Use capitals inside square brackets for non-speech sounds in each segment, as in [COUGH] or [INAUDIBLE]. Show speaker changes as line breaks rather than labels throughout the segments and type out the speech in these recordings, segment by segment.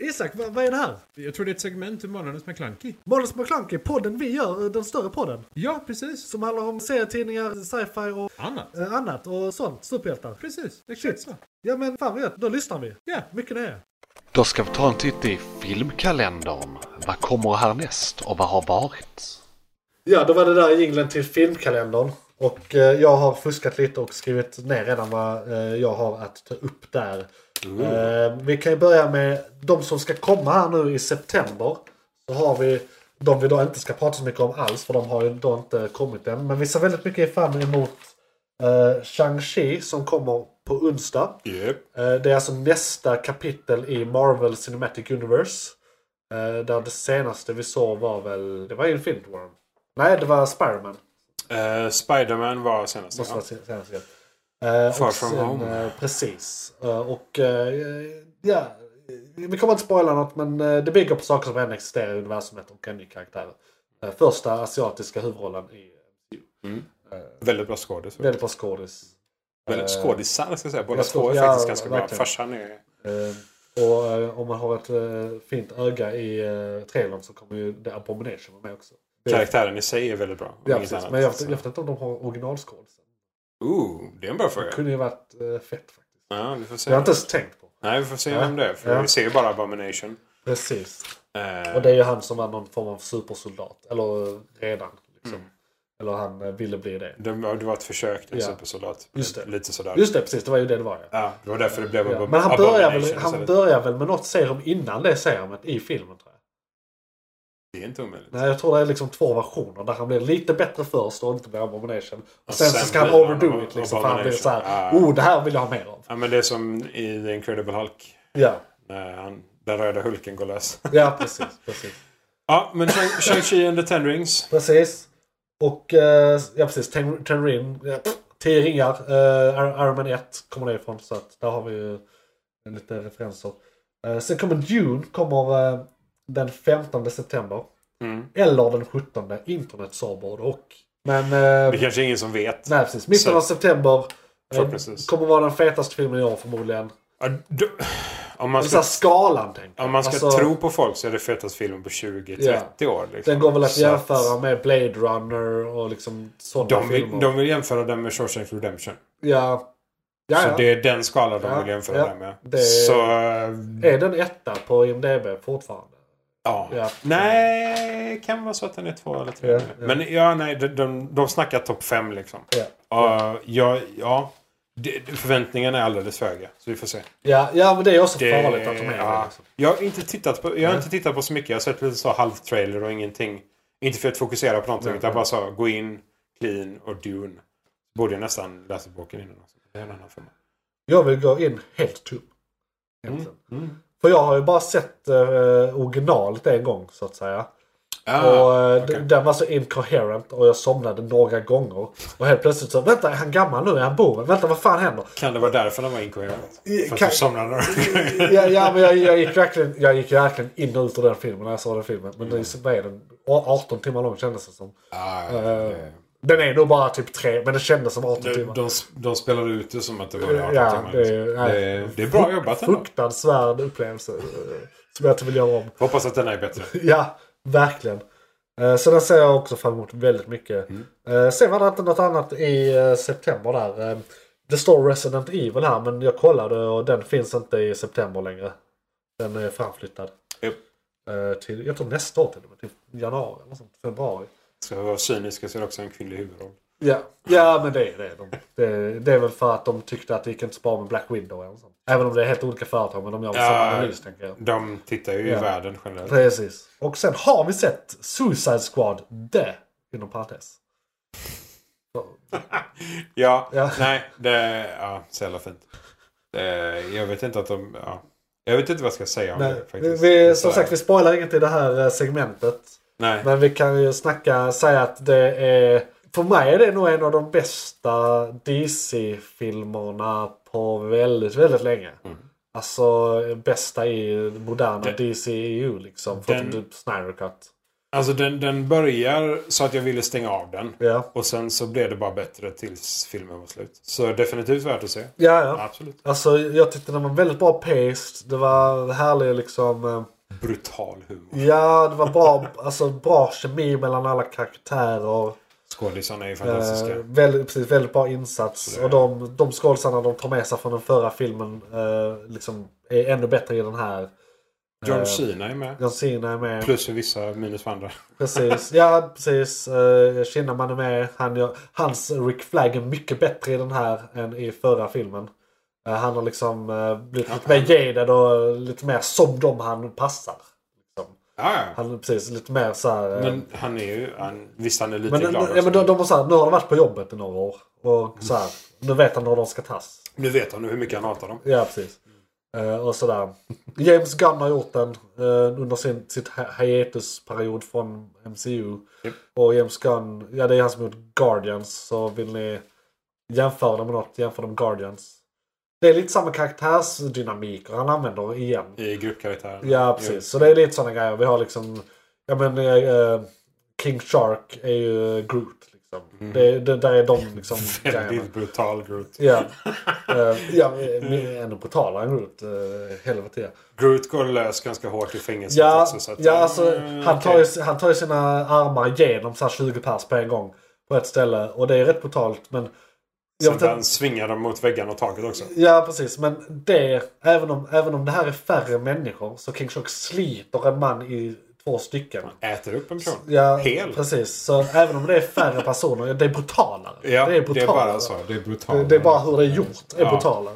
Isak, vad, vad är det här?
Jag tror det är ett segment ur Månadens McKlunky.
Måns McClunky, podden vi gör, eh, den större podden.
Ja, precis.
Som handlar om serietidningar, sci-fi och
Annat.
eh, annat och sånt. Superhjältar.
Precis, exakt så.
Ja men fan vad gött, då lyssnar vi.
Ja.
Mycket nöje.
Då ska vi ta en titt i filmkalendern. Vad kommer härnäst och vad har varit?
Ja, då var det där jingeln till filmkalendern. Och eh, jag har fuskat lite och skrivit ner redan vad eh, jag har att ta upp där. Eh, vi kan ju börja med de som ska komma här nu i september. Så har vi de vi då inte ska prata så mycket om alls för de har ju då inte kommit än. Men vi ser väldigt mycket fram emot eh, Shang-Chi som kommer på onsdag. Eh, Det är alltså nästa kapitel i Marvel Cinematic Universe. Eh, Där det senaste vi såg var väl... Det var Infinity War. Nej, det var Spiderman.
Eh, Spiderman var senast.
Måste
Alltså, Ja.
vara sen- senaste. Eh,
Far
och
From
sen,
Home.
eh, Precis. Eh, Och eh, ja, vi kommer inte spoila något men eh, det bygger på saker som redan existerar i universumet och en ny karaktär. Eh, Första asiatiska huvudrollen i...
Väldigt bra skådis.
Väldigt bra skådis.
Väldigt skådisar ska jag säga. Båda
jag
två är
tror- ja,
faktiskt ganska bra.
verkligen.
Farsan är...
Eh, Och eh, om man har ett eh, fint öga i eh, trailern så kommer ju The Abomination vara med också. Det-
Karaktären i sig är väldigt bra. om
Ja,
inget
precis.
annat.
Men jag,
Så-
jag vet inte om de har originalskådisen.
Ooh, det är en bra
Det
fråga.
kunde ju varit eh, fett faktiskt.
Ja, vi får se.
Det har jag inte ens tänkt på.
Nej, vi får se
Ja.
vem det är. För
Ja.
vi ser ju bara Abomination.
Precis.
Eh,
Och det är ju han som var någon form av supersoldat. Eller eh, redan. Liksom. Eller han eh, ville bli det.
mm. det, var- det var ett försök till
Ja.
supersoldat.
Just det.
Lite sådär.
Just det, precis. Det var ju det det var ja.
Ja, det var därför det blev
Ja.
Abomination.
Men han börjar, väl, han
istället.
börjar väl med något serum innan det serumet i filmen tror jag.
Det är inte omöjligt.
Nej, jag tror det är liksom två versioner där han blir lite bättre först och inte blir abomination. Och
Och
sen,
sen
så ska han
blir han
overdo
ab-
it liksom. För han blir
abomination.
så här,
Ah.
oh det här vill jag ha mer av.
Ja, men det är som i The Incredible Hulk.
Ja,
När han, den röda Hulken går lös. [LAUGHS]
ja precis. precis.
ja, men Shang- Shang-Chi and the Ten Rings.
Precis. Och eh, ja precis, Ten, ten Ring. Ja, pff, tio ringar. Eh, Iron- Iron Man 1 kommer det ifrån. Så att där har vi ju lite referenser. Eh, sen kommer Dune. Kommer eh, den 15 september.
Mm.
Eller den 17. Internet sa både och. Men eh,
Det kanske är ingen som vet.
nej precis. Mitten
Så-
av september. Eh,
Förhoppningsvis.
kommer vara den fetaste filmen i år förmodligen.
Ja, du- Om man
Men så här,
ska,
skalan tänker
om man ska
Alltså,
tro på folk så är det fetaste filmen på 20-30 år. Liksom.
Den går väl att
Så
jämföra med Blade Runner och liksom sådana
De vill,
filmer.
de vill jämföra den med Shawshank Redemption.
Ja. Ja,
Så
ja.
det är den skala de
Ja,
vill jämföra
ja.
den med.
Det-
Så...
Är den etta på IMDB fortfarande?
Ja.
Ja.
Nej, det kan vara så att den är två eller tre.
Ja, ja.
Men ja, nej, de, de, de snackar topp fem liksom.
Ja.
Ja, ja, ja. Det- det- Förväntningarna är alldeles för höga. Så vi får se.
Ja, ja men det är också
Det-
farligt att de är det.
ja.
Liksom.
Jag har inte tittat på, jag har inte tittat på så mycket. Jag har sett lite så halvtrailer och ingenting. Inte för att fokusera på någonting utan bara så gå in, clean och dune. Borde jag nästan läsa boken innan. Också. Det är en annan femma.
Jag vill gå in helt tom. Egentligen. För jag har ju bara sett eh, originalet en gång så att säga. och eh, d- den var så incoherent och jag somnade några gånger. Och helt plötsligt så, vänta är han gammal nu? Är han boven? Vänta vad fan händer?
Kan det vara därför den var inkoherent? För att
kan-
du somnade några gånger?
Ja, ja men jag, jag, gick verkligen, jag gick verkligen in och ut ur den filmen när jag såg den filmen. Men mm. vad är den? 18 timmar lång kändes det som.
Ja,
Eh, Den är nog bara typ tre, men [LAUGHS] det kändes som 18
De,
timmar.
de, de spelar ut det som att det var 18
Ja,
timmar.
det är-
liksom.
nej.
det, är, det är bra jobbat ändå.
Fruktansvärd upplevelse. eh, Som jag inte vill göra om.
Hoppas att den här är bättre.
Ja, verkligen. Eh, Så den ser jag också fram emot väldigt mycket. Eh, Sen var det inte något annat i eh, september där. Eh, Det står Resident Evil här men jag kollade och den finns inte i september längre. Den är framflyttad.
Japp.
Eh, Till, jag tror nästa år till och med. Till januari eller sånt. Februari.
Ska vi vara cyniska så är det också en kvinnlig huvudroll.
Ja, ja men det är det. De, det. Det är väl för att de tyckte att det gick inte så bra med Black Window. Eller sånt. Även om det är helt olika företag men de gör väl samma
Ja.
analys tänker jag.
De tittar ju
Ja.
i världen generellt.
Precis. Och sen har vi sett Suicide Squad det inom parentes.
Ja,
Ja.
nej, det ja, så jävla fint. Det, jag vet inte att de... Ja, jag vet inte vad jag ska säga om
Nej, vi,
det faktiskt.
vi, som
Sådär.
sagt, vi spoilar inget i det här eh, segmentet.
Nej.
Men vi kan ju snacka, säga att det är... För mig är det nog en av de bästa DC-filmerna på väldigt, väldigt länge.
Mm.
Alltså bästa i moderna
Den-
DCEU liksom. Förutom
den-
typ Snyder Cut.
Alltså den, den börjar så att jag ville stänga av den.
Ja.
Och sen så blev det bara bättre tills filmen var slut. Så definitivt värt att se.
Ja, ja.
Absolut.
Alltså jag tyckte den var väldigt bra paced. Det var härlig liksom... eh,
Brutal humor.
Ja, det var bra, alltså, bra kemi mellan alla karaktärer.
Skådisarna är ju
Eh,
fantastiska.
väldigt, precis, väldigt bra insats. Och de, de skådisarna de tar med sig från den förra filmen eh, liksom, är ännu bättre i den här.
John Cena är med.
John Cena är med.
Plus för vissa, minus för andra.
Precis. Ja, precis. Eh, Kinnaman är med. Han gör, hans Rick Flag är mycket bättre i den här än i förra filmen. Eh, han har liksom eh, blivit lite mer jaded och lite mer som dem han passar. Liksom.
Ja, ja.
Han är precis lite mer så här... eh,
Men han är ju... Han, visst, han är lite
Men,
glad
ja,
också.
men de, de var såhär, nu har de varit på jobbet i några år. Och så här, nu vet han hur de ska tas.
Nu vet han hur mycket han hatar dem.
Ja, precis. Eh, och sådär. James Gunn har gjort den eh, under sin, sitt hi- hiatusperiod från MCU.
Japp.
Och James Gunn, ja det är han som gjort Guardians. Så vill ni jämföra dem med något, jämför dem med Guardians. Det är lite samma karaktärsdynamik och han använder igen.
I gruppkaraktären.
Ja, precis. Så det är lite sådana grejer. Vi har liksom... Ja, men eh, King Shark är ju Groot. Liksom. Det, det, där är de liksom
Jo.
grejerna.
Mm. [LAUGHS] Väldigt brutal Groot.
Ja. Eh, ja,
Mm.
eh, ännu brutalare än Groot. Uh, helvete ja.
Groot går lös ganska hårt i fängelset
Ja,
också. Så att,
ja alltså,
Mm,
han, tar
okej.
ju, han tar ju sina armar genom så här 20 pers på en gång. På ett ställe. Och det är rätt brutalt. Men jag
Sen
vet inte-
han svingar dem mot väggarna och taket också.
Ja precis, men det, även om, även om det här är färre människor så King Shark sliter en man i två stycken.
Äter upp en person.
Ja,
Hel.
precis. Så även om det är
[LAUGHS]
färre personer, det är brutalare.
Ja,
det är
det är
brutalare.
bara så. Det är
Det-
brutalt.
det är bara hur det är gjort, är
Ja.
brutalare.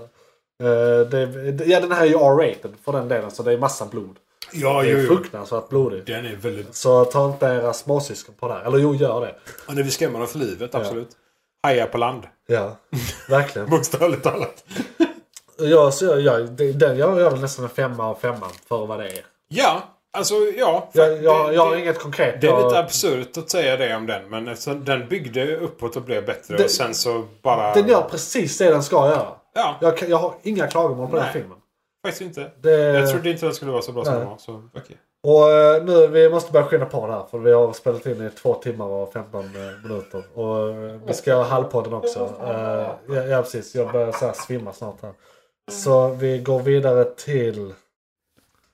Eh, det, det- ja, den här är ju R-rated för den delen, så det är massa blod.
Ja,
Det
jo,
är
jo.
fruktansvärt blodigt.
Den är väldigt...
Så ta inte era småsyskon på det här. Eller jo, gör det.
Ja, det vill skrämma dem för livet, absolut. Hajar på land. [LAUGHS]
Ja, verkligen.
Bokstavligt talat.
Jag, så jag, jag, det- den jag gör väl nästan en femma av femman för vad det är.
Ja, alltså ja.
Jag, jag,
det,
jag har
det,
inget konkret.
det är
jag,
lite absurt att säga det om den. Men eftersom den byggde uppåt och blev bättre.
Det-
och sen så bara...
den gör precis det den ska göra.
Ja,
Jag, kan- jag har inga klagomål på den
Nej.
filmen.
faktiskt inte.
Det,
Jag trodde inte den skulle vara så bra som
Nej.
den var. Så, okej.
Och eh, nu, vi måste börja skynda på det här för vi har spelat in i två timmar och 15 eh, minuter. Och eh, vi ska göra halvpodden också. Eh, Ja, ja precis, jag börjar så här svimma snart här. Så vi går vidare till...